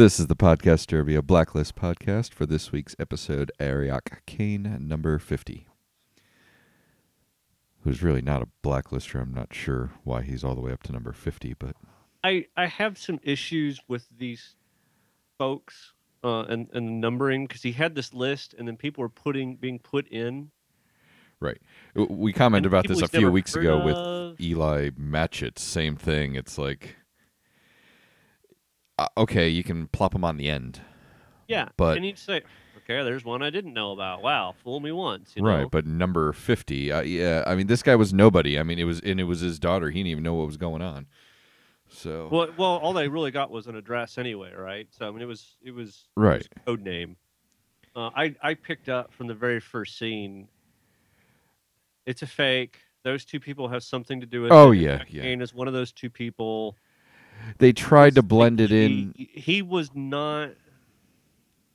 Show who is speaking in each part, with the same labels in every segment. Speaker 1: This is the podcast Derby, a blacklist podcast for this week's episode, Ariok Kane, number 50. Who's really not a blacklister. I'm not sure why he's all the way up to number 50, but
Speaker 2: I I have some issues with these folks uh, and and the numbering because he had this list and then people were putting being put in.
Speaker 1: right. W- We commented
Speaker 2: and
Speaker 1: about
Speaker 2: people
Speaker 1: this a
Speaker 2: we've
Speaker 1: few
Speaker 2: never
Speaker 1: weeks
Speaker 2: heard
Speaker 1: ago with
Speaker 2: of.
Speaker 1: Eli Matchett, same thing. It's like, uh, okay, you can plop him on the end.
Speaker 2: yeah,
Speaker 1: but-
Speaker 2: and you'd say, okay, there's one I didn't know about. Wow, fool me once, you
Speaker 1: right,
Speaker 2: know?
Speaker 1: but number 50, uh, yeah, I mean, this guy was nobody. I mean, it was, and it was his daughter. He didn't even know what was going on. So,
Speaker 2: well, well, all they really got was an address anyway, right? So I mean, it was it was it
Speaker 1: Right.
Speaker 2: was a code name. Uh, I I picked up from the very first scene. It's a fake. Those two people have something to do with
Speaker 1: Oh,
Speaker 2: it.
Speaker 1: yeah,
Speaker 2: Jack
Speaker 1: yeah.
Speaker 2: Kane is one of those two people.
Speaker 1: they tried to
Speaker 2: Like,
Speaker 1: blend it in.
Speaker 2: He, he was not.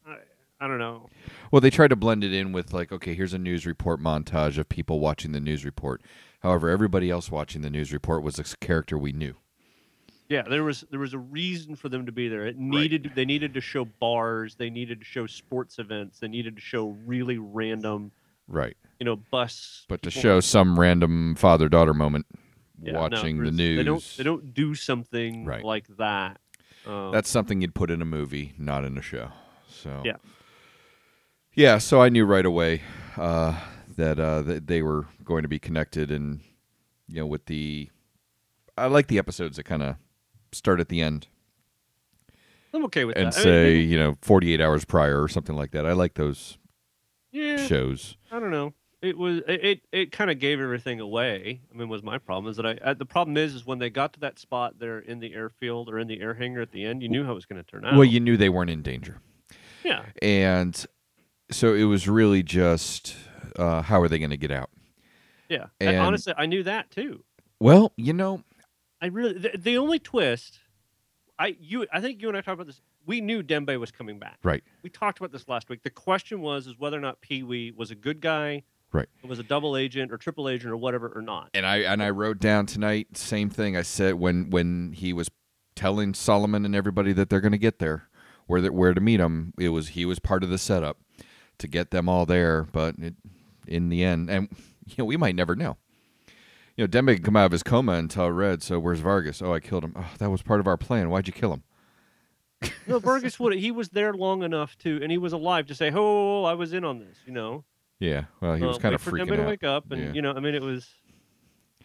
Speaker 2: I, I don't know.
Speaker 1: Well, they tried to blend it in with like, okay, here's a news report montage of people watching the news report. However, everybody else watching the news report was a s- character we knew.
Speaker 2: Yeah, there was there was a reason for them to be there. It needed they needed to show bars, they needed to show sports events, they needed to show really random,
Speaker 1: Right.
Speaker 2: you know, bus.
Speaker 1: But to
Speaker 2: people-
Speaker 1: show some random father daughter moment
Speaker 2: Yeah, no,
Speaker 1: watching the
Speaker 2: there's-
Speaker 1: news.
Speaker 2: they don't they don't do something
Speaker 1: Right.
Speaker 2: like that. Um,
Speaker 1: That's something you'd put in a movie, not in a show. So
Speaker 2: Yeah.
Speaker 1: yeah. So I knew right away uh, that uh, that they were going to be connected, and you know, with the I like the episodes that kind of start at the end
Speaker 2: I'm okay with
Speaker 1: and
Speaker 2: that. I mean,
Speaker 1: say you know 48 hours prior or something like that. I like those
Speaker 2: yeah,
Speaker 1: shows.
Speaker 2: I don't know. It was it it, it kind of gave everything away. I mean, was my problem is that I, I the problem is is when they got to that spot there in the airfield or in the air hangar at the end, you knew how it was going to turn out.
Speaker 1: Well, you knew they weren't in danger,
Speaker 2: yeah,
Speaker 1: and so it was really just uh, how are they going to get out?
Speaker 2: yeah. I-
Speaker 1: And-
Speaker 2: honestly, I knew that too.
Speaker 1: Well, you know,
Speaker 2: I really the, the only twist. I you I think you and I talked about this. We knew Dembe was coming back.
Speaker 1: right,
Speaker 2: We talked about this last week. The question was is whether or not Pee Wee was a good guy,
Speaker 1: right.
Speaker 2: was a double agent or triple agent or whatever or not.
Speaker 1: and I and I wrote down tonight same thing I said when when he was telling Solomon and everybody that they're going to get there where that where to meet him it was he was part of the setup to get them all there but it, in the end and you know we might never know you know Dembe can come out of his coma and tell Red so where's Vargas oh I killed him oh that was part of our plan why'd you kill him
Speaker 2: No, Burgess would. He was there long enough to, and he was alive to say, "Oh, I was in on this." You know,
Speaker 1: yeah well he was
Speaker 2: Uh,
Speaker 1: kind
Speaker 2: wait
Speaker 1: of
Speaker 2: for Dembe
Speaker 1: freaking
Speaker 2: to
Speaker 1: out
Speaker 2: wake up, and
Speaker 1: Yeah.
Speaker 2: you know, I mean, it was.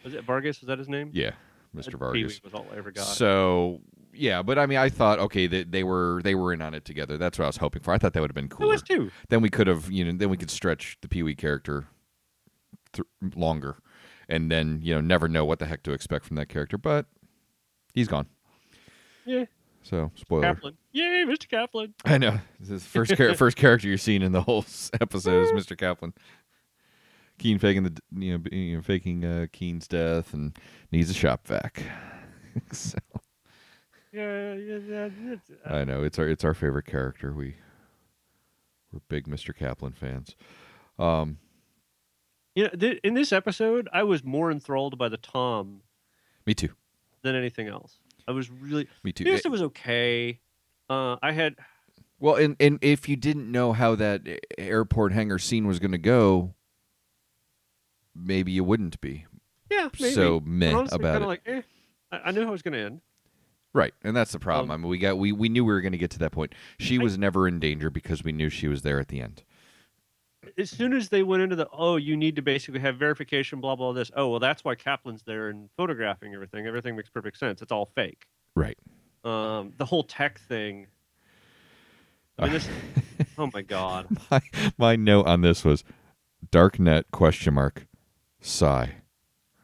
Speaker 2: Was it Vargas? Was that his name?
Speaker 1: yeah Mr
Speaker 2: That
Speaker 1: Vargas
Speaker 2: Pee-wee was all I ever got.
Speaker 1: So yeah, but I mean, I thought okay, they, they were they were in on it together. That's what I was hoping for. I thought that would have been
Speaker 2: I
Speaker 1: cooler.
Speaker 2: was too.
Speaker 1: Then we could have you know then we could stretch the Pee Wee character th- longer, and then you know never know what the heck to expect from that character. But he's gone.
Speaker 2: Yeah,
Speaker 1: So spoiler.
Speaker 2: Kaplan. Yay, Mr. Kaplan.
Speaker 1: I know this is the first char- first character you're seeing in the whole s- episode is
Speaker 2: Ah.
Speaker 1: Mr. Kaplan. Keen faking the d- you know, b- you know faking uh, Keen's death and needs a shop vac. so.
Speaker 2: Yeah, yeah, yeah. that's- uh,
Speaker 1: I know it's our it's our favorite character. We we're big Mr. Kaplan fans. Um,
Speaker 2: You know, th- in this episode, I was more enthralled by the Tom
Speaker 1: me too. too.
Speaker 2: than anything else. I was really.
Speaker 1: Me too.
Speaker 2: Yes,
Speaker 1: Eh,
Speaker 2: it was okay. Uh, I had
Speaker 1: well, and and if you didn't know how that a- airport hangar scene was going to go, maybe you wouldn't be
Speaker 2: yeah, maybe.
Speaker 1: so
Speaker 2: But
Speaker 1: meh
Speaker 2: honestly,
Speaker 1: about
Speaker 2: kinda
Speaker 1: it.
Speaker 2: Like, eh, I, I knew how it was going to end.
Speaker 1: right, and that's the problem.
Speaker 2: Um,
Speaker 1: I mean, we got we we knew we were going to get to that point. She
Speaker 2: I-
Speaker 1: was never in danger because we knew she was there at the end.
Speaker 2: As soon as they went into the oh, you need to basically have verification, blah blah. This oh well, that's why Kaplan's there and photographing everything. Everything makes perfect sense. It's all fake.
Speaker 1: Right.
Speaker 2: Um, the whole tech thing. I mean, this, oh my god.
Speaker 1: My my note on this was darknet question mark sigh.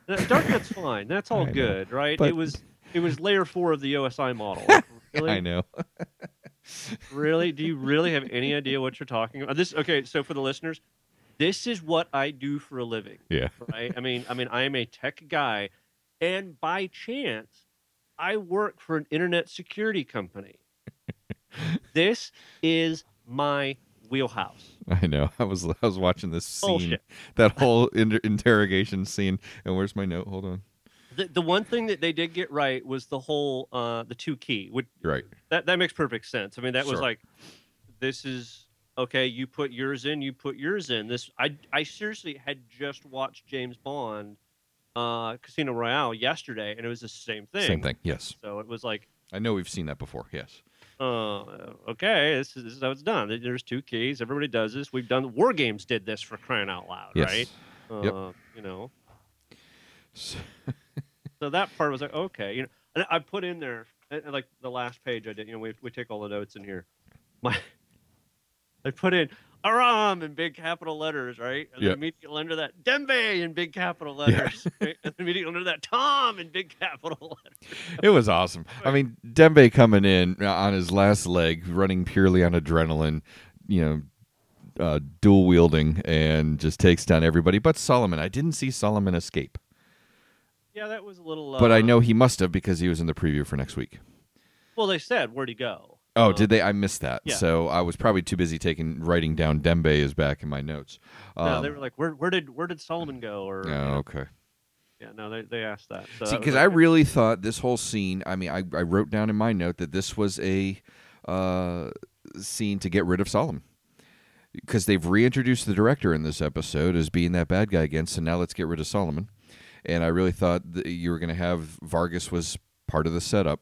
Speaker 2: Uh, Darknet's fine. That's all
Speaker 1: I know,
Speaker 2: good, right?
Speaker 1: but-
Speaker 2: It was it was layer four of the OSI model. Like, really,
Speaker 1: I know.
Speaker 2: really? Do you really have any idea what you're talking about? This okay? So for the listeners, this is what I do for a living,
Speaker 1: Yeah.
Speaker 2: right? I mean, I mean, I am a tech guy, and by chance, I work for an internet security company. this is my wheelhouse.
Speaker 1: I know. I was I was watching this scene,
Speaker 2: Bullshit.
Speaker 1: that whole inter- interrogation scene. And where's my note? Hold on.
Speaker 2: the, the one thing that they did get right was the whole uh, the two key, which
Speaker 1: Right.
Speaker 2: that that makes perfect sense. I mean, that was
Speaker 1: Sure.
Speaker 2: like, this is okay. You put yours in. You put yours in. This I I seriously had just watched James Bond, uh, Casino Royale yesterday, and it was the same thing.
Speaker 1: Same thing. Yes.
Speaker 2: So it was like,
Speaker 1: I know we've seen that before. Yes.
Speaker 2: uh, okay, this is, this is how it's done. There's two keys. Everybody does this. We've done War Games did this for crying out loud,
Speaker 1: Yes.
Speaker 2: right?
Speaker 1: Yep.
Speaker 2: Uh, you know.
Speaker 1: S-
Speaker 2: so that part was like okay you know and i put in there and, and, like the last page i did you know we, we take all the notes in here my i put in aram in big capital letters right and
Speaker 1: Yeah.
Speaker 2: then immediately under that dembe in big capital letters right? and then immediately under that tom in big capital letters
Speaker 1: It was awesome. I mean, Dembe coming in uh, on his last leg, running purely on adrenaline, you know, uh, dual wielding, and just takes down everybody but Solomon. I didn't see Solomon escape,
Speaker 2: yeah that was a little uh,
Speaker 1: but I know he must have because he was in the preview for next week.
Speaker 2: well they said where'd he go
Speaker 1: Oh,
Speaker 2: Um,
Speaker 1: did they? I missed that.
Speaker 2: yeah.
Speaker 1: So I was probably too busy taking writing down Dembe is back in my notes.
Speaker 2: no,
Speaker 1: Um,
Speaker 2: they were like, where, where did where did Solomon go? Or you
Speaker 1: oh,
Speaker 2: know,
Speaker 1: okay.
Speaker 2: yeah, no, they, they asked that. So
Speaker 1: See,
Speaker 2: that was
Speaker 1: because
Speaker 2: like-
Speaker 1: I really thought this whole scene. I mean, I, I wrote down in my note that this was a uh, scene to get rid of Solomon, because they've reintroduced the director in this episode as being that bad guy again. So now let's get rid of Solomon. And I really thought that you were going to have Vargas was part of the setup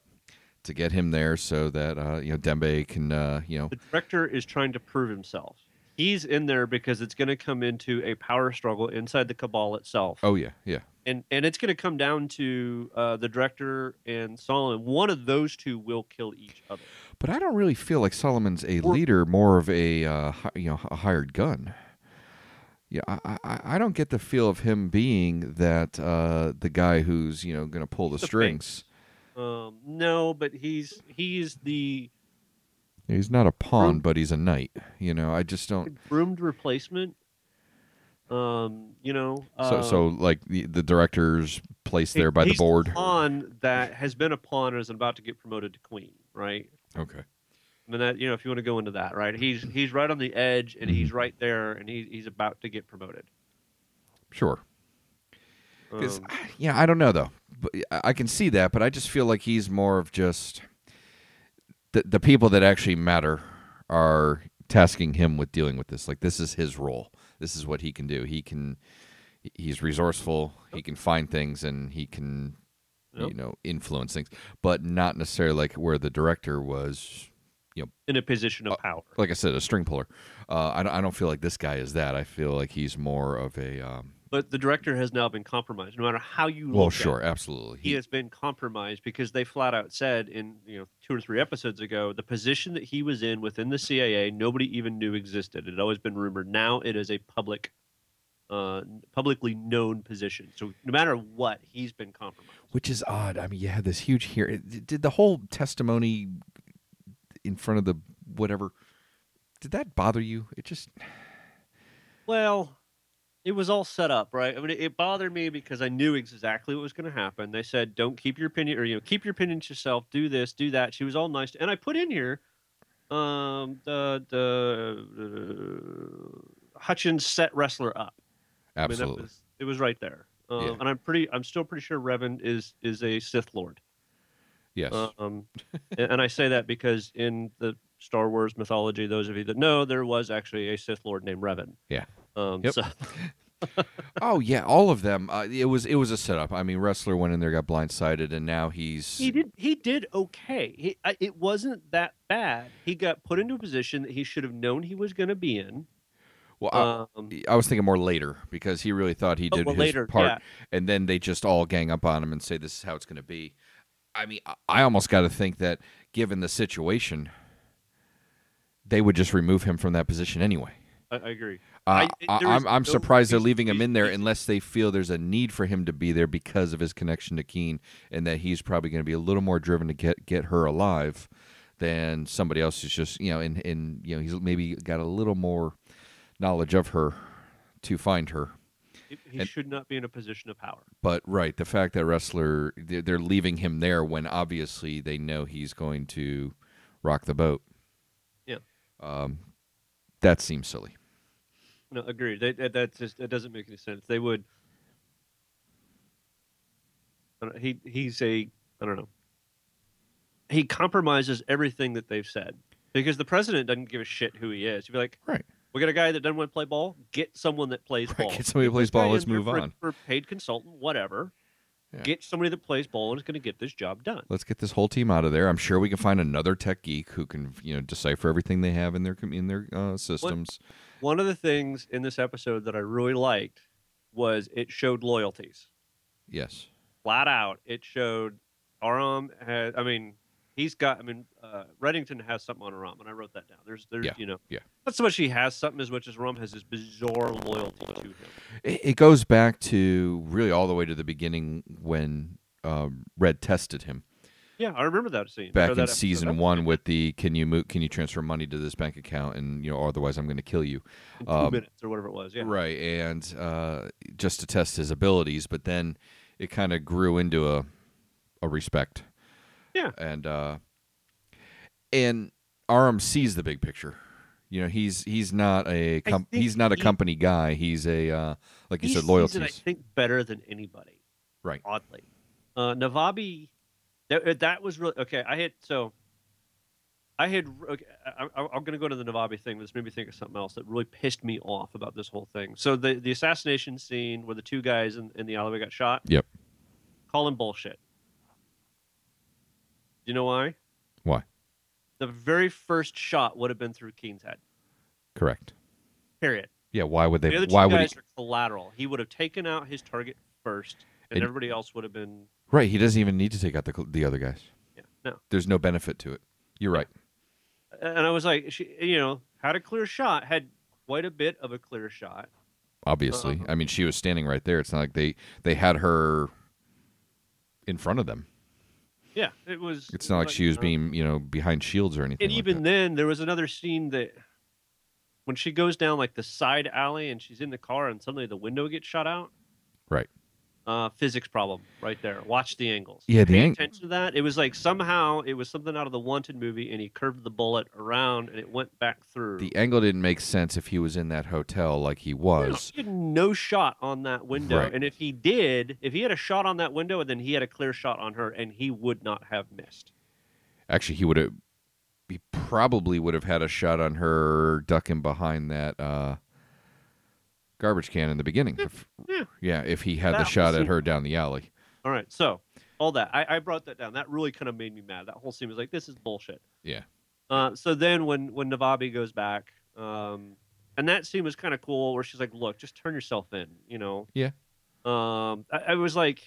Speaker 1: to get him there, so that uh, you know Dembe can uh, you know
Speaker 2: The director is trying to prove himself. He's in there because it's going to come into a power struggle inside the cabal itself,
Speaker 1: oh yeah yeah
Speaker 2: and and it's going to come down to uh, the director and Solomon. One of those two will kill each other.
Speaker 1: But I don't really feel like Solomon's a
Speaker 2: Or-
Speaker 1: leader, more of a uh, hi- you know a hired gun. Yeah, I, I- I I don't get the feel of him being that uh, the guy who's you know going to pull the,
Speaker 2: The face.
Speaker 1: strings.
Speaker 2: Um, no, but he's he's the
Speaker 1: He's not a pawn,
Speaker 2: Room-
Speaker 1: but he's a knight. You know, I just don't.
Speaker 2: groomed replacement. Um, you know,
Speaker 1: So
Speaker 2: uh,
Speaker 1: so like the, the director's placed
Speaker 2: he-
Speaker 1: there by the
Speaker 2: he's
Speaker 1: board.
Speaker 2: pawn that has been a pawn and is about to get promoted to queen, right?
Speaker 1: Okay.
Speaker 2: I mean that you know if you want to go into that, right? He's he's right on the edge and
Speaker 1: Mm-hmm.
Speaker 2: he's right there and he's he's about to get promoted.
Speaker 1: Sure. 'Cause,
Speaker 2: Um,
Speaker 1: yeah, I don't know though. But I I can see that, but I just feel like he's more of just the the people that actually matter are tasking him with dealing with this. Like this is his role. This is what he can do. He can he's resourceful. He can find things and he can
Speaker 2: Yep.
Speaker 1: you know influence things, but not necessarily like where the director was.
Speaker 2: in a position
Speaker 1: Oh,
Speaker 2: of power.
Speaker 1: Like I said, a string puller. Uh, I don't. I don't feel like this guy is that. I feel like he's more of a. Um,
Speaker 2: But the director has now been compromised. No matter how you
Speaker 1: well,
Speaker 2: look at
Speaker 1: sure,
Speaker 2: it,
Speaker 1: absolutely.
Speaker 2: he has been compromised because they flat out said in you know two or three episodes ago the position that he was in within the CIA nobody even knew existed. It had always been rumored. Now it is a public, uh, publicly known position. So no matter what, he's been compromised.
Speaker 1: which is odd. I mean, you had this huge hearing. Did the whole testimony in front of the whatever? Did that bother you? It just
Speaker 2: Well, it was all set up, right? I mean, it, it bothered me because I knew exactly what was going to happen. They said, "Don't keep your opinion, or you know, keep your opinion to yourself. Do this, do that." She was all nice, and I put in here, um, the the uh, Hutchins set wrestler up. I mean, that
Speaker 1: absolutely.
Speaker 2: was, it was right there, uh,
Speaker 1: Yeah.
Speaker 2: and I'm pretty, I'm still pretty sure Revan is is a Sith Lord.
Speaker 1: yes.
Speaker 2: Um, and and I say that because in the Star Wars mythology, those of you that know, there was actually a Sith Lord named Revan.
Speaker 1: Yeah.
Speaker 2: Um,
Speaker 1: Yep.
Speaker 2: So
Speaker 1: oh yeah, all of them. Uh, it was it was a setup. I mean, wrestler went in there, got blindsided, and now he's
Speaker 2: He did. He did okay. He, I, it wasn't that bad. He got put into a position that he should have known he was going to be in.
Speaker 1: well. Oh, I-
Speaker 2: Um,
Speaker 1: I was thinking more later because he really thought he
Speaker 2: Oh,
Speaker 1: did
Speaker 2: well,
Speaker 1: his
Speaker 2: later,
Speaker 1: part,
Speaker 2: yeah.
Speaker 1: and then they just all gang up on him and say this is how it's going to be. I mean, I- I almost got to think that given the situation, they would just remove him from that position anyway.
Speaker 2: I, I agree.
Speaker 1: Uh,
Speaker 2: I-
Speaker 1: I,
Speaker 2: there
Speaker 1: I'm,
Speaker 2: is
Speaker 1: I'm
Speaker 2: no
Speaker 1: surprised they're
Speaker 2: reason-
Speaker 1: leaving him in there
Speaker 2: reason-
Speaker 1: unless they feel there's a need for him to be there because of his connection to Keen, and that he's probably going to be a little more driven to get get her alive than somebody else who's just you know and and you know he's maybe got a little more knowledge of her to find her.
Speaker 2: He, he
Speaker 1: And-
Speaker 2: should not be in a position of power.
Speaker 1: But right, the fact that wrestler they're they're leaving him there when obviously they know he's going to rock the boat.
Speaker 2: Yeah.
Speaker 1: um, that seems silly.
Speaker 2: No, agreed. They, that, that just that doesn't make any sense. They would. I don't- He he's a I don't know. He compromises everything that they've said because the president doesn't give a shit who he is. You'd be like,
Speaker 1: Right.
Speaker 2: We got a guy that doesn't want to play ball. Get someone that plays
Speaker 1: Right,
Speaker 2: ball.
Speaker 1: Get somebody who plays
Speaker 2: Guy
Speaker 1: ball. Let's
Speaker 2: in there
Speaker 1: move
Speaker 2: for-
Speaker 1: on.
Speaker 2: For paid consultant, whatever.
Speaker 1: Yeah.
Speaker 2: Get somebody that plays ball and is going to get this job done.
Speaker 1: Let's get this whole team out of there. I'm sure we can find another tech geek who can, you know, decipher everything they have in their com- in their uh, systems.
Speaker 2: One of the things in this episode that I really liked was it showed loyalties.
Speaker 1: Yes.
Speaker 2: flat out. It showed Aram has. I mean, he's got. I mean, uh, Reddington has something on Aram, and I wrote that down. There's, there's,
Speaker 1: Yeah,
Speaker 2: you know,
Speaker 1: yeah.
Speaker 2: Not so much he has something as much as Aram has this bizarre loyalty to him.
Speaker 1: It, it goes back to really all the way to the beginning when um, Red tested him
Speaker 2: Yeah, I remember that scene.
Speaker 1: back
Speaker 2: Or
Speaker 1: in
Speaker 2: that episode.
Speaker 1: season
Speaker 2: That's
Speaker 1: one
Speaker 2: good.
Speaker 1: with the can you move, can you transfer money to this bank account and you know otherwise I'm going to kill you.
Speaker 2: In two
Speaker 1: um,
Speaker 2: minutes or whatever it was. Yeah,
Speaker 1: Right, and uh, just to test his abilities, but then it kind of grew into a a respect.
Speaker 2: Yeah.
Speaker 1: And uh, and Aram sees the big picture. You know, he's he's not a
Speaker 2: I
Speaker 1: com-
Speaker 2: think
Speaker 1: he's not a
Speaker 2: he-
Speaker 1: company guy. He's a uh, like you
Speaker 2: He
Speaker 1: said,
Speaker 2: sees
Speaker 1: loyalties.
Speaker 2: It, I think better than anybody.
Speaker 1: Right.
Speaker 2: Oddly, uh, Navabi. That, that was really okay. I had so. I had. Okay, I, I, I'm going to go to the Navabi thing. but This made me think of something else that really pissed me off about this whole thing. So the the assassination scene where the two guys in, in the alleyway got shot.
Speaker 1: Yep.
Speaker 2: Calling bullshit. You know why?
Speaker 1: Why?
Speaker 2: The very first shot would have been through Keen's head.
Speaker 1: Correct.
Speaker 2: Period.
Speaker 1: Yeah. Why would they?
Speaker 2: The other two
Speaker 1: why would he,
Speaker 2: guys are collateral. He would have taken out his target first, and
Speaker 1: And-
Speaker 2: everybody else would have been
Speaker 1: right? He doesn't even need to take out the cl- the other guys.
Speaker 2: yeah, no.
Speaker 1: There's no benefit to it. You're right.
Speaker 2: And I was like, she, you know, had a clear shot, had quite a bit of a clear shot.
Speaker 1: Obviously,
Speaker 2: Uh-huh.
Speaker 1: I mean, she was standing right there. It's not like they they had her in front of them.
Speaker 2: Yeah, it was.
Speaker 1: It's not like she was being, you know, behind shields or anything.
Speaker 2: uh, And
Speaker 1: like
Speaker 2: even
Speaker 1: that.
Speaker 2: then, there was another scene that when she goes down like the side alley and she's in the car, and suddenly the window gets shot out.
Speaker 1: Right.
Speaker 2: Uh, physics problem right there. Watch the angles.
Speaker 1: Yeah, the
Speaker 2: Pay
Speaker 1: ang-
Speaker 2: attention to that. It was like somehow it was something out of the Wanted movie, and he curved the bullet around, and it went back through.
Speaker 1: the angle didn't make sense if he was in that hotel like he
Speaker 2: No,
Speaker 1: was.
Speaker 2: he had no shot on that window.
Speaker 1: Right.
Speaker 2: And if he did, if he had a shot on that window, then he had a clear shot on her, and he would not have missed.
Speaker 1: Actually, he would have. He probably would have had a shot on her ducking behind that uh, garbage can in the beginning. If-
Speaker 2: yeah.
Speaker 1: if he had
Speaker 2: That
Speaker 1: the
Speaker 2: was
Speaker 1: shot at
Speaker 2: super.
Speaker 1: her down the alley.
Speaker 2: All right, so all that I, I brought that down. That really kind of made me mad. That whole scene was like, this is bullshit.
Speaker 1: Yeah.
Speaker 2: Uh, so then when when Navabi goes back, um, and that scene was kind of cool, where she's like, "Look, just turn yourself in," you know.
Speaker 1: Yeah.
Speaker 2: Um, I, I was like,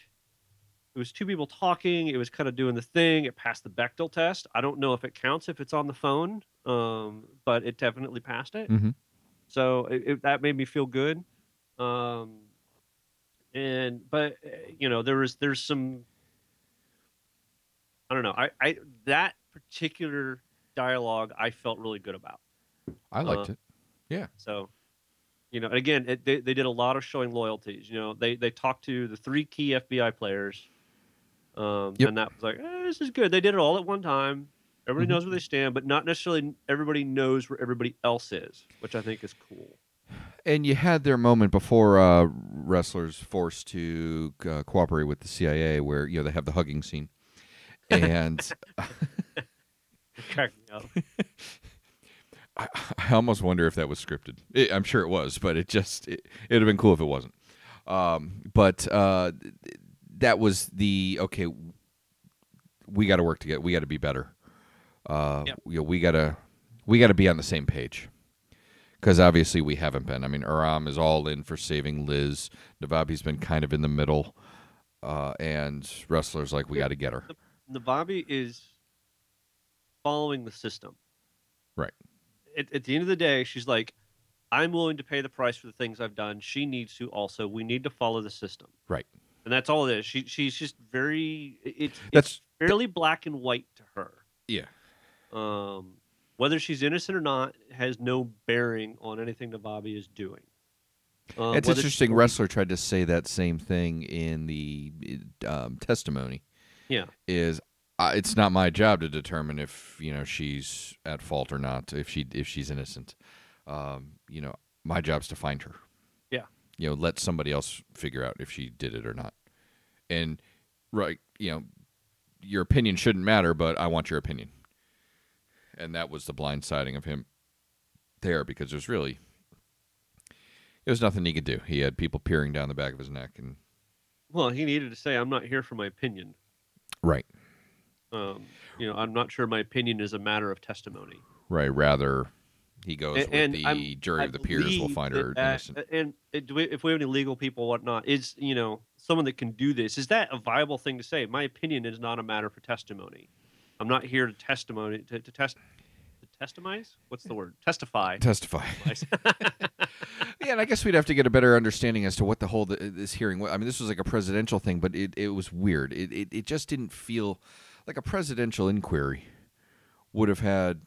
Speaker 2: it was two people talking. It was kind of doing the thing. It passed the Bechtel test. I don't know if it counts if it's on the phone, um, but it definitely passed it.
Speaker 1: Mhm.
Speaker 2: So it, it, that made me feel good. Um, and but uh, you know there was there's some I don't know I, I that particular dialogue I felt really good about.
Speaker 1: I liked
Speaker 2: Uh,
Speaker 1: it.
Speaker 2: So, you know, and again, it, they, they did a lot of showing loyalties. You know, they they talked to the three key FBI players, um,
Speaker 1: Yep.
Speaker 2: and that was like, eh, this is good. They did it all at one time. Everybody
Speaker 1: Mhm.
Speaker 2: knows where they stand, but not necessarily everybody knows where everybody else is, which I think is cool.
Speaker 1: And you had their moment before uh, wrestlers forced to uh, cooperate with the CIA, where you know they have the hugging scene, and
Speaker 2: It cracked me up.
Speaker 1: I, I almost wonder if that was scripted. It, I'm sure it was, but it just it, it'd have been cool if it wasn't. Um, but uh, th- th- that was the okay. We got to work together. We got to be better. Uh,
Speaker 2: Yep.
Speaker 1: you know, we gotta we gotta be on the same page because obviously we haven't been. I mean, Aram is all in for saving Liz. Navabi's been kind of in the middle, uh, and wrestlers like we got to get her.
Speaker 2: Navabi is following the system.
Speaker 1: Right.
Speaker 2: At, at the end of the day, she's like, I'm willing to pay the price for the things I've done. She needs to also. We need to follow the system.
Speaker 1: Right.
Speaker 2: And that's all it is. She, she's just very, it- it's, it's
Speaker 1: That's
Speaker 2: fairly black and white to her.
Speaker 1: yeah.
Speaker 2: Um, whether she's innocent or not has no bearing on anything Navabi is doing. Um,
Speaker 1: It's
Speaker 2: whether she-
Speaker 1: interesting. Wrestler tried to say that same thing in the um, testimony.
Speaker 2: Yeah.
Speaker 1: Is uh, it's not my job to determine if you know she's at fault or not. If she if she's innocent, um, you know, my job's to find her.
Speaker 2: Yeah.
Speaker 1: You know, let somebody else figure out if she did it or not. And right, you know, your opinion shouldn't matter, but I want your opinion. And that was the blind siding of him there because there's really there was nothing he could do. He had people peering down the back of his neck and
Speaker 2: Well, he needed to say, "I'm not here for my opinion."
Speaker 1: right,
Speaker 2: Um, you know, I'm not sure my opinion is a matter of testimony.
Speaker 1: right. Rather, he goes
Speaker 2: And-
Speaker 1: with
Speaker 2: and
Speaker 1: the
Speaker 2: I'm-
Speaker 1: jury
Speaker 2: I
Speaker 1: of the peers will
Speaker 2: believe
Speaker 1: find
Speaker 2: that
Speaker 1: her
Speaker 2: that-
Speaker 1: innocent.
Speaker 2: And it- do we, if we have any legal people, whatnot, is you know someone that can do this. Is that a viable thing to say? My opinion is not a matter for testimony. I'm not here to testimony to, to test to testimize. What's the word? Testify.
Speaker 1: Testify. yeah, and I guess we'd have to get a better understanding as to what the whole th- this hearing. wa- I mean, this was like a presidential thing, but it, it was weird. It, it it just didn't feel like a presidential inquiry would have had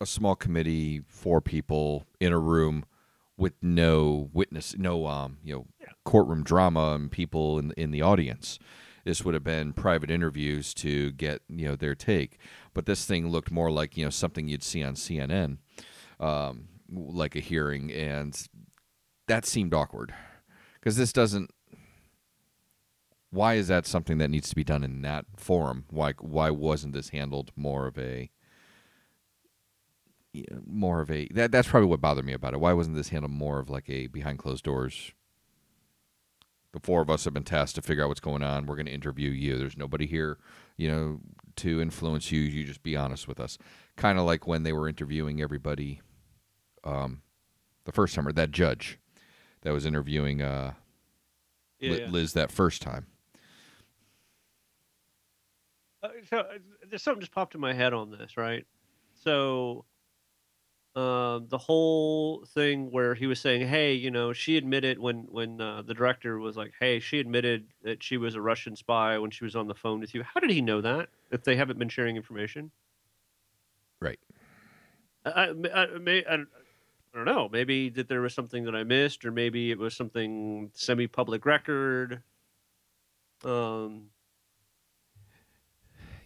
Speaker 1: a small committee, four people in a room with no witness, no um, you know, courtroom drama and people in in the audience. This would have been private interviews to get you know their take, but this thing looked more like you know something you'd see on CNN um, like a hearing, and that seemed awkward because this doesn't. Why is that something that needs to be done in that forum? Why why wasn't this handled more of a yeah, more of a that that's probably what bothered me about it. Why wasn't this handled more of like a behind closed doors? The four of us have been tasked to figure out what's going on. We're going to interview you. There's nobody here, you know, to influence you. You just be honest with us. Kind of like when they were interviewing everybody um, the first time, or that judge that was interviewing uh,
Speaker 2: Yeah,
Speaker 1: Li-
Speaker 2: yeah.
Speaker 1: Liz that first time.
Speaker 2: Uh, so uh, there's something just popped in my head on this, right? So um, the whole thing where he was saying, "Hey, you know, she admitted when when uh, the director was like, "Hey, she admitted that she was a Russian spy when she was on the phone with you." How did he know that if they haven't been sharing information?
Speaker 1: Right.
Speaker 2: I, I, I, may, I, don't- I don't know. Maybe that there was something that I missed, or maybe it was something semi-public record. Um,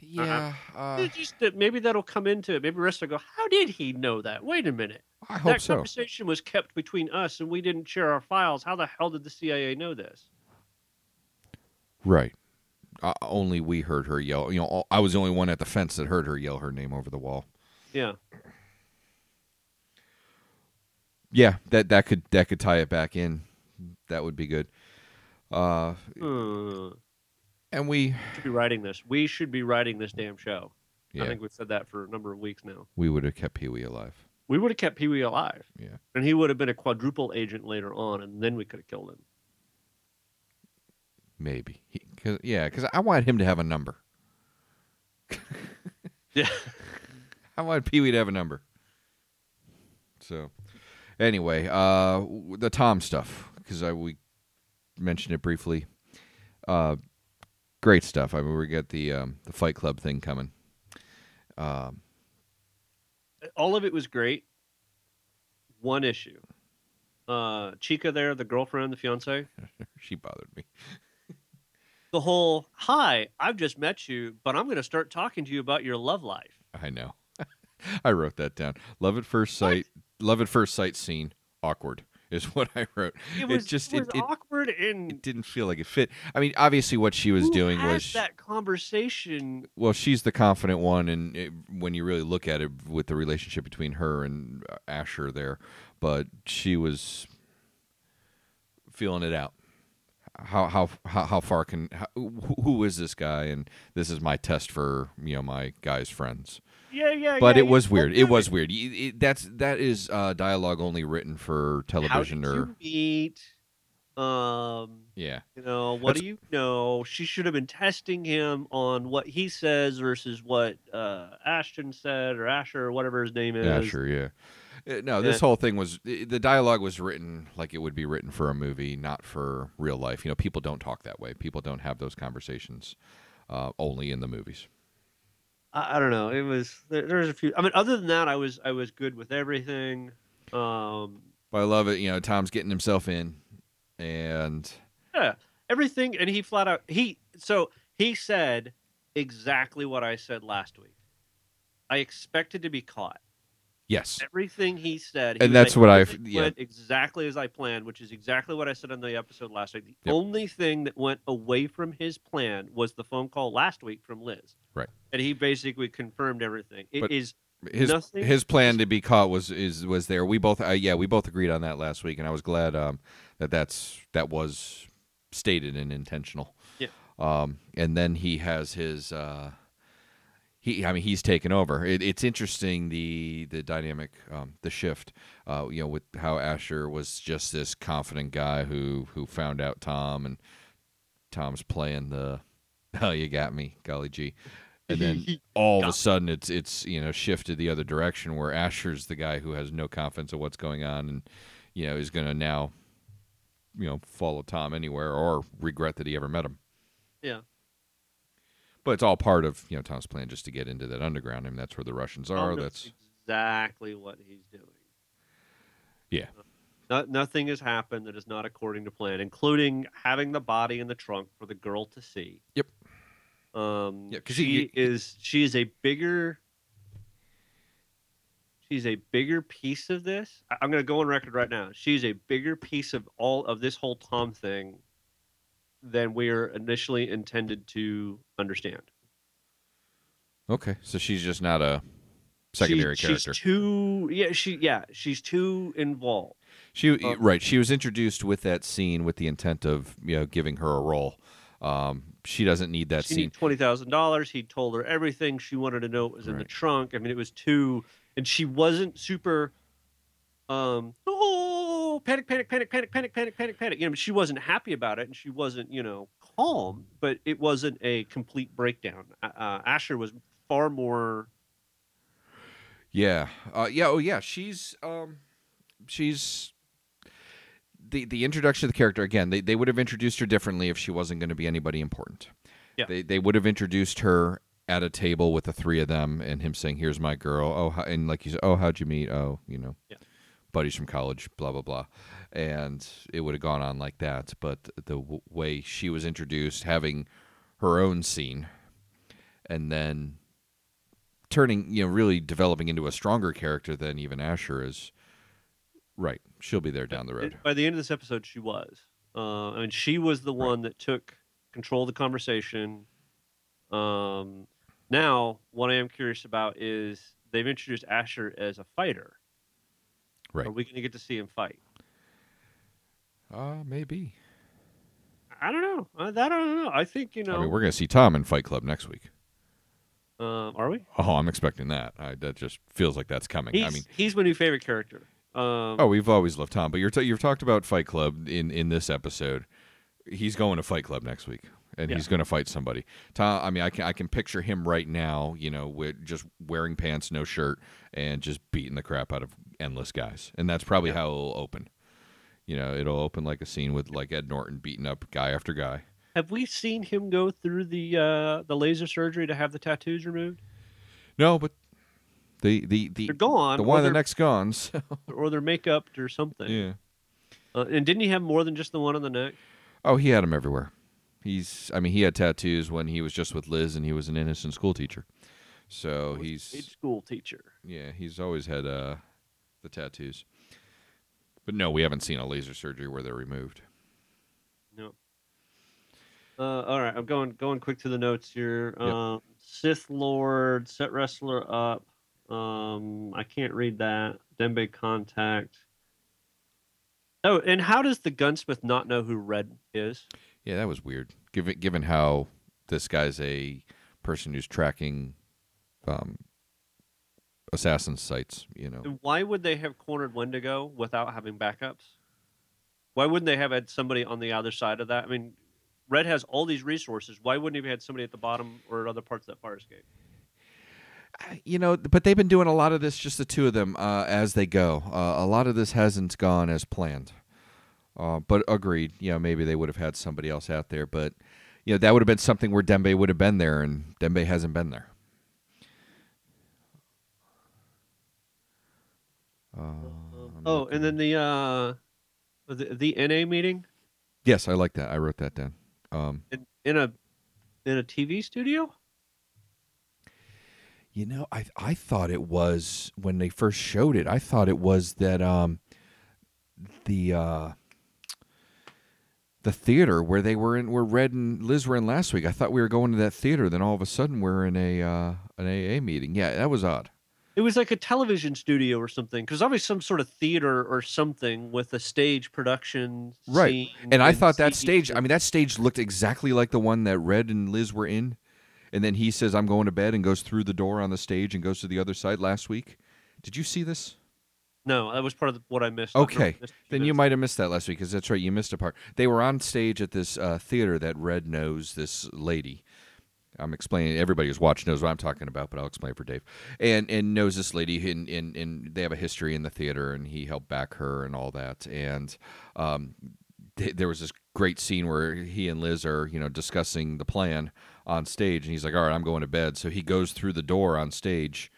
Speaker 1: Yeah, uh,
Speaker 2: It's just that maybe that'll come into it. Maybe Rest will go, How did he know that? Wait a minute.
Speaker 1: I hope
Speaker 2: That
Speaker 1: so.
Speaker 2: conversation was kept between us and we didn't share our files. How the hell did the CIA know this?
Speaker 1: Right. Uh, only we heard her yell. You know, all- I was the only one at the fence that heard her yell her name over the wall.
Speaker 2: Yeah.
Speaker 1: Yeah, that that could that could tie it back in. That would be good. Uh,
Speaker 2: Hmm.
Speaker 1: and we
Speaker 2: should be writing this. We should be writing this damn show. I
Speaker 1: yeah
Speaker 2: think we've said that for a number of weeks now.
Speaker 1: we would have kept Pee Wee alive.
Speaker 2: We would have kept Pee Wee alive.
Speaker 1: Yeah.
Speaker 2: And he would have been a quadruple agent later on, and then we could have killed him.
Speaker 1: Maybe. He, cause, yeah, because I want him to have a number.
Speaker 2: Yeah.
Speaker 1: I want Pee Wee to have a number. So, anyway, uh, w- the Tom stuff because I we mentioned it briefly. Uh, great stuff. I mean, we got the um, the Fight Club thing coming. Um,
Speaker 2: All of it was great. One issue. Uh, Chica there, the girlfriend, the fiance.
Speaker 1: she bothered me.
Speaker 2: the whole hi i've just met you but i'm going to start talking to you about your love life
Speaker 1: I know. I wrote that down. Love at first sight. Love at first sight scene. Awkward is what I wrote.
Speaker 2: it was
Speaker 1: just-
Speaker 2: just
Speaker 1: it-
Speaker 2: it was
Speaker 1: it-
Speaker 2: awkward and
Speaker 1: It didn't feel like it fit. I mean, obviously, what she was
Speaker 2: who
Speaker 1: doing
Speaker 2: has
Speaker 1: was
Speaker 2: that conversation
Speaker 1: well she's the confident one and it, when you really look at it with the relationship between her and uh, asher there but she was feeling it out how how how, how far can how, who, who is this guy and this is my test for you know my guy's friends
Speaker 2: yeah yeah
Speaker 1: but
Speaker 2: yeah,
Speaker 1: it
Speaker 2: yeah.
Speaker 1: was weird
Speaker 2: Well,
Speaker 1: it was weird You- it- that's that is uh, dialogue only written for
Speaker 2: how did
Speaker 1: television or
Speaker 2: you meet um
Speaker 1: yeah
Speaker 2: you know what
Speaker 1: That's-
Speaker 2: do you know she should have been testing him on what he says versus what uh ashton said or asher or whatever his name is
Speaker 1: Asher, yeah. Uh, No, this
Speaker 2: Yeah.
Speaker 1: whole thing was i- the dialogue was written like it would be written for a movie, not for real life. You know, people don't talk that way. People don't have those conversations uh, only in the movies.
Speaker 2: I, I don't know. It was there, there was a few. I mean, other than that, I was I was good with everything. Um,
Speaker 1: But I love it. You know, Tom's getting himself in, and
Speaker 2: yeah, everything, and he flat out he so he said exactly what I said last week. I expected to be caught.
Speaker 1: Yes.
Speaker 2: Everything he said, he
Speaker 1: And
Speaker 2: was
Speaker 1: that's
Speaker 2: like,
Speaker 1: what I-
Speaker 2: "Everything
Speaker 1: yeah.
Speaker 2: went exactly as I planned, which is exactly what I said on the episode last week. The
Speaker 1: Yep.
Speaker 2: only thing that went away from his plan was the phone call last week from Liz.
Speaker 1: Right.
Speaker 2: and he basically confirmed everything. It is
Speaker 1: But- His
Speaker 2: Nothing-
Speaker 1: his plan to be caught was is was there. We both uh, yeah, we both agreed on that last week and I was glad um that that's that was stated and intentional.
Speaker 2: Yeah.
Speaker 1: Um and then he has his uh he, I mean, he's taken over. It, it's interesting the the dynamic, um, the shift. Uh, you know, with how Asher was just this confident guy who who found out Tom, and Tom's playing the "Oh, you got me, golly gee," and then all of a
Speaker 2: Got-
Speaker 1: sudden it's it's you know shifted the other direction where Asher's the guy who has no confidence of what's going on and you know is going to now you know follow Tom anywhere or regret that he ever met him.
Speaker 2: Yeah.
Speaker 1: But it's all part of you know Tom's plan just to get into that underground. I mean, that's where the Russians are.
Speaker 2: Tom knows
Speaker 1: That's
Speaker 2: exactly what he's doing.
Speaker 1: Yeah.
Speaker 2: No, nothing has happened that is not according to plan, including having the body in the trunk for the girl to see.
Speaker 1: Yep.
Speaker 2: Um,
Speaker 1: Yeah, 'cause
Speaker 2: she
Speaker 1: you- you-
Speaker 2: is she is a bigger she's a bigger piece of this. I, I'm going to go on record right now. She's a bigger piece of all of this whole Tom thing than we are initially intended to understand.
Speaker 1: okay. So she's just not a secondary
Speaker 2: She-
Speaker 1: character.
Speaker 2: She's too yeah she yeah she's too involved.
Speaker 1: She
Speaker 2: Um,
Speaker 1: right. She was introduced with that scene with the intent of you know giving her a role. Um, she doesn't need that
Speaker 2: she
Speaker 1: scene.
Speaker 2: needed twenty thousand dollars. He told her everything she wanted to know. It was in the
Speaker 1: Right.
Speaker 2: trunk. I mean, it was too, and she wasn't super. Um, oh, panic, panic, panic, panic, panic, panic, panic, panic. You know, she wasn't happy about it, and she wasn't, you know, calm. But it wasn't a complete breakdown. Uh, uh, Asher was far more.
Speaker 1: Yeah. Uh, yeah. Oh, yeah. She's um, she's the the introduction of the character again. They they would have introduced her differently if she wasn't going to be anybody important.
Speaker 2: Yeah.
Speaker 1: They they would have introduced her at a table with the three of them and him saying, "Here's my girl." Oh, how, and like you said, "Oh, how'd you meet?" Oh, you know.
Speaker 2: Yeah.
Speaker 1: Buddies from college, blah blah blah, and it would have gone on like that. But the w- way she was introduced, having her own scene, and then turning, you know, really developing into a stronger character than even Asher is. Right, she'll be there down the road.
Speaker 2: By the end of this episode, she was. Uh, I mean, she was the one that took control of the conversation. Um, now, what I am curious about is they've introduced Asher as a fighter.
Speaker 1: Right.
Speaker 2: Are we going to get to see him fight?
Speaker 1: Uh, maybe.
Speaker 2: I don't know. I, that I don't know. I think you know.
Speaker 1: I mean, we're gonna see Tom in Fight Club next week.
Speaker 2: um, are we?
Speaker 1: Oh, I'm expecting that. I, that just feels like that's coming.
Speaker 2: He's,
Speaker 1: I mean,
Speaker 2: he's my new favorite character. Um,
Speaker 1: oh, we've always loved Tom, but you're t- you've talked about Fight Club in in this episode. He's going to Fight Club next week, and
Speaker 2: Yeah.
Speaker 1: he's going to fight somebody. Tom, I mean, I can I can picture him right now. You know, with just wearing pants, no shirt, and just beating the crap out of endless guys, and that's probably
Speaker 2: Yeah.
Speaker 1: how it'll open. You know, it'll open like a scene with like Ed Norton beating up guy after guy.
Speaker 2: have we seen him go through the uh, the laser surgery to have the tattoos removed?
Speaker 1: No, but the the the
Speaker 2: They're gone.
Speaker 1: the
Speaker 2: or
Speaker 1: one of the
Speaker 2: they're-
Speaker 1: next guns.
Speaker 2: or they're makeuped or something.
Speaker 1: yeah.
Speaker 2: Uh, and didn't he have more than just the one on the neck?
Speaker 1: Oh, he had them everywhere. He's, I mean, he had tattoos when he was just with Liz and he was an innocent school teacher. So
Speaker 2: Was a paid
Speaker 1: he's,
Speaker 2: school teacher.
Speaker 1: yeah, he's always had uh, the tattoos. But no, we haven't seen a laser surgery where they're removed.
Speaker 2: No. Uh, all right, I'm going going quick to the notes here.
Speaker 1: Yep.
Speaker 2: Um, Sith Lord, set wrestler up. Um, I can't read that. Dembe contact. Oh, and how does the gunsmith not know who Red is?
Speaker 1: Yeah, that was weird. Given given how this guy's a person who's tracking um, assassin sites, you know.
Speaker 2: And why would they have cornered Wendigo without having backups? Why wouldn't they have had somebody on the other side of that? I mean, Red has all these resources. Why wouldn't he have had somebody at the bottom or at other parts of that fire escape?
Speaker 1: I- you know, but they've been doing a lot of this, just the two of them, uh, as they go. Uh, a lot of this hasn't gone as planned. Uh, but agreed, you know, maybe they would have had somebody else out there, but you know, that would have been something where Dembe would have been there, and Dembe hasn't been there. Uh, I'm
Speaker 2: Oh,
Speaker 1: looking-
Speaker 2: and then the uh, the, the NA meeting
Speaker 1: yes, I like that. I wrote that down. Um,
Speaker 2: in, in a in a TV studio.
Speaker 1: You know, I I thought it was when they first showed it. I thought it was that um, the uh, the theater where they were in where Red and Liz were in last week. I thought we were going to that theater. Then all of a sudden we're in a uh, an AA meeting. Yeah, that was odd.
Speaker 2: It was like a television studio or something, because always some sort of theater or something with a stage production.
Speaker 1: Right.
Speaker 2: scene
Speaker 1: And I thought that
Speaker 2: seats
Speaker 1: stage, I
Speaker 2: and- E
Speaker 1: mean, that stage looked exactly like the one that Red and Liz were in. And then he says, I'm going to bed and goes through the door on the stage and goes to the other side last week. Did you see this?
Speaker 2: no, that was part of the, what I missed. I
Speaker 1: Okay.
Speaker 2: totally missed
Speaker 1: Then you
Speaker 2: this.
Speaker 1: might have missed that last week because that's right. You missed a part. They were on stage at this uh, theater that Red knows this lady. I'm explaining. Everybody who's watched knows what I'm talking about, but I'll explain for Dave. And and knows this lady, and and, and they have a history in the theater, and he helped back her and all that. And um, th- there was this great scene where he and Liz are you know discussing the plan on stage, and he's like, "All right, I'm going to bed." So he goes through the door on stage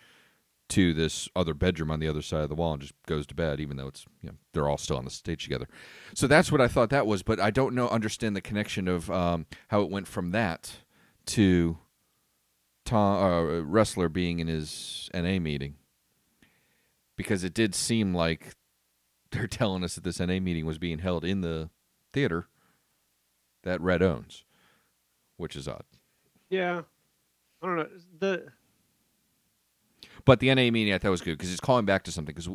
Speaker 1: to this other bedroom on the other side of the wall and just goes to bed, even though it's you know they're all still on the stage together. So that's what I thought that was, but I don't know understand the connection of um, how it went from that to Tom uh, wrestler being in his NA meeting because it did seem like they're telling us that this NA meeting was being held in the theater that Red owns, which is odd.
Speaker 2: Yeah. I don't know. The
Speaker 1: But the NA meeting I thought was good because it's calling back to something. Because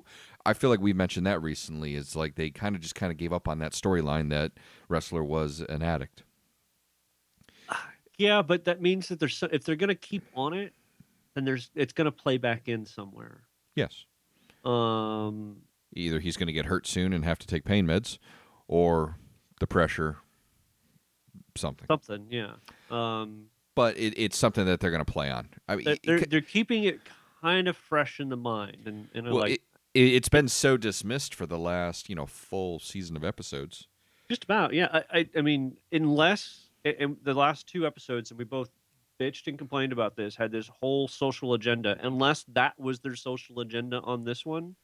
Speaker 1: I feel like we mentioned that recently. It's like they kind of just kind of gave up on that storyline that wrestler was an addict.
Speaker 2: yeah, but that means that there's so, if they're gonna keep on it, then there's it's gonna play back in somewhere.
Speaker 1: Yes.
Speaker 2: Um,
Speaker 1: Either he's going to get hurt soon and have to take pain meds, or the pressure, something.
Speaker 2: something. Yeah. Um,
Speaker 1: But it, it's something that they're going to play on. I mean,
Speaker 2: they're,
Speaker 1: it-
Speaker 2: they're,
Speaker 1: it-
Speaker 2: they're keeping it kind of fresh in the mind, and and I
Speaker 1: well,
Speaker 2: like
Speaker 1: it, it, it's been so dismissed for the last you know full season of episodes.
Speaker 2: Just about, yeah. I, I, I mean, unless and- and the last two episodes, and we both bitched and complained about this, had this whole social agenda. Unless that was their social agenda on this one,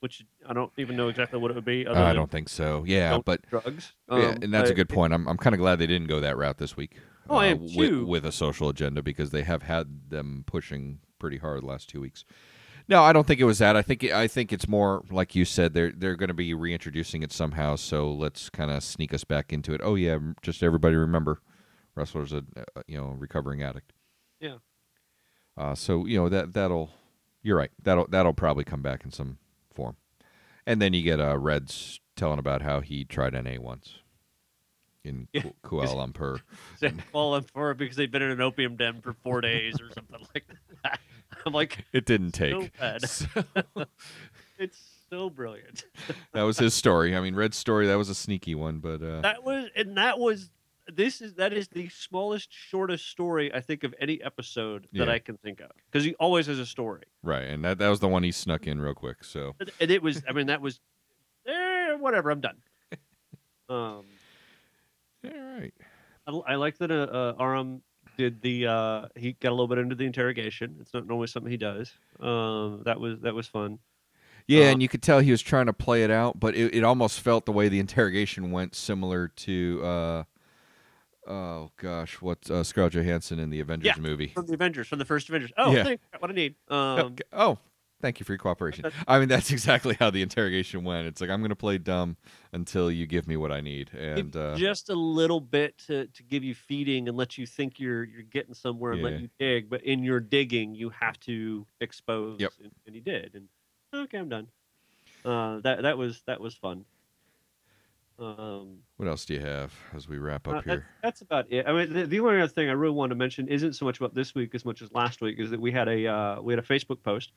Speaker 2: which I don't even know exactly what it would be. Other
Speaker 1: I
Speaker 2: than
Speaker 1: don't think so. Yeah,
Speaker 2: don't
Speaker 1: but
Speaker 2: drugs.
Speaker 1: yeah,
Speaker 2: Um,
Speaker 1: and that's a
Speaker 2: I-
Speaker 1: good point. I'm, I'm kind of glad they didn't go that route this week.
Speaker 2: Oh, I am
Speaker 1: uh, wi-
Speaker 2: too.
Speaker 1: With, a social agenda because they have had them pushing pretty hard the last two weeks. No, I don't think it was that. I think I think it's more like you said. They're they're going to be reintroducing it somehow. So let's kind of sneak us back into it. Oh yeah, m- just everybody remember, wrestler's a uh, you know recovering addict.
Speaker 2: Yeah.
Speaker 1: Uh, so you know that that'll you're right. That'll that'll probably come back in some form. And then you get uh, Reds telling about how he tried NA once in
Speaker 2: Yeah.
Speaker 1: Ku- Kuala Lumpur.
Speaker 2: They fall in for it because they've been in an opium den for four days or something like that. I'm like,
Speaker 1: It didn't
Speaker 2: so
Speaker 1: take.
Speaker 2: bad.
Speaker 1: So
Speaker 2: It's so brilliant.
Speaker 1: that was his story. I mean, Red's story. That was a sneaky one, but uh,
Speaker 2: that was and that was this is that is the smallest shortest story i think of any episode that
Speaker 1: Yeah.
Speaker 2: i can think of because he always has a story
Speaker 1: right. And that that was the one he snuck in real quick. So
Speaker 2: and, and it was i mean that was eh, whatever i'm done um
Speaker 1: all right.
Speaker 2: i, I like that uh, uh aram did the uh he got a little bit into the interrogation it's not normally something he does um that was that was fun
Speaker 1: Yeah,
Speaker 2: Uh,
Speaker 1: and you could tell he was trying to play it out, but it, it almost felt the way the interrogation went similar to, uh, oh gosh, what uh, Scarlett Johansson in the Avengers
Speaker 2: Yeah.
Speaker 1: movie.
Speaker 2: from the avengers from the first avengers oh
Speaker 1: Yeah.
Speaker 2: thanks, got what i need um
Speaker 1: Okay. Oh, thank you for your cooperation. I mean, that's exactly how the interrogation went. It's like I'm going to play dumb until you give me what I need, and
Speaker 2: Give
Speaker 1: uh,
Speaker 2: just a little bit to, to give you feeding and let you think you're you're getting somewhere and
Speaker 1: Yeah.
Speaker 2: let you dig. But in your digging, you have to expose.
Speaker 1: Yep.
Speaker 2: And, and he did. And okay, I'm done. Uh, that that was that was fun. Um,
Speaker 1: what else do you have as we wrap
Speaker 2: uh,
Speaker 1: up
Speaker 2: that-
Speaker 1: here?
Speaker 2: that's about it. I mean, the, the only other thing I really wanted to mention isn't so much about this week as much as last week is that we had a uh, we had a Facebook post.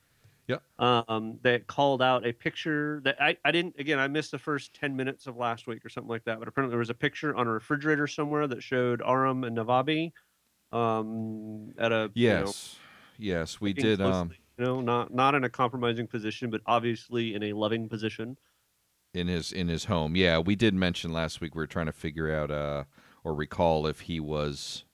Speaker 1: Yep.
Speaker 2: Um, that called out a picture that I, I didn't again I missed the first ten minutes of last week or something like that. But apparently there was a picture on a refrigerator somewhere that showed Aram and Navabi, um, at a you know,
Speaker 1: Yes, yes, we
Speaker 2: looking
Speaker 1: did. Um,
Speaker 2: closely, you know not not in a compromising position, but obviously in a loving position.
Speaker 1: in his in his home. Yeah, we did mention last week we were trying to figure out uh, or recall if he was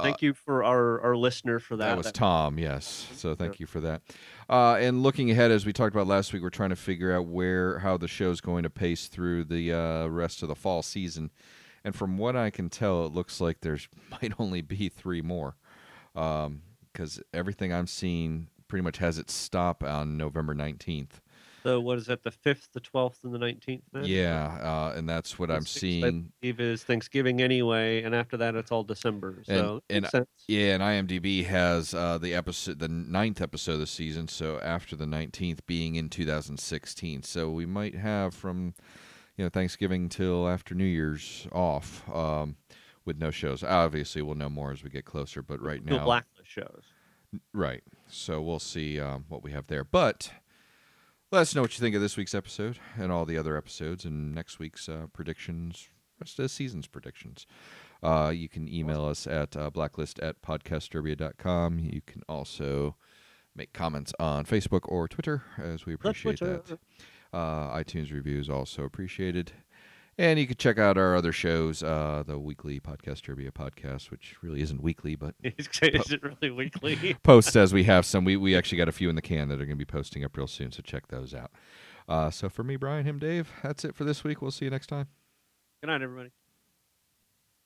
Speaker 2: Thank you for our our listener for that.
Speaker 1: Uh,
Speaker 2: Mm-hmm.
Speaker 1: That was Tom, yes. So thank you for that. Uh, and looking ahead, as we talked about last week, we're trying to figure out where how the show's going to pace through the uh, rest of the fall season. And from what I can tell, it looks like there's might only be three more. Um, because everything I'm seeing pretty much has its stop on November 19th.
Speaker 2: So what is that? The fifth, the twelfth, and the nineteenth.
Speaker 1: Yeah, uh, and that's what
Speaker 2: The
Speaker 1: I'm
Speaker 2: sixth, I
Speaker 1: seeing.
Speaker 2: Eve is Thanksgiving anyway, and after that it's all December. So
Speaker 1: And-
Speaker 2: it makes sense.
Speaker 1: Yeah, and IMDb has uh, the episode, the ninth episode of the season, so after the 19th being in 2016. So we might have from you know Thanksgiving till after New Year's off um, with no shows. Obviously, we'll know more as we get closer, but right
Speaker 2: No
Speaker 1: now,
Speaker 2: blacklist shows.
Speaker 1: Right. So we'll see um, what we have there. But let us know what you think of this week's episode and all the other episodes and next week's uh, predictions, rest of the season's predictions. Uh, you can email us at uh, blacklist at podcastderby.com. You can also make comments on Facebook or Twitter, as we appreciate
Speaker 2: Twitter.
Speaker 1: that. Uh, iTunes reviews also appreciated. And you can check out our other shows, uh, the weekly podcast trivia podcast, which really isn't weekly, but
Speaker 2: Is, is it really weekly?
Speaker 1: posts as we have some. We, we actually got a few in the can that are going to be posting up real soon, so check those out. Uh, so for me, Brian, him, Dave, that's it for this week. We'll see you next time.
Speaker 2: Good night, everybody.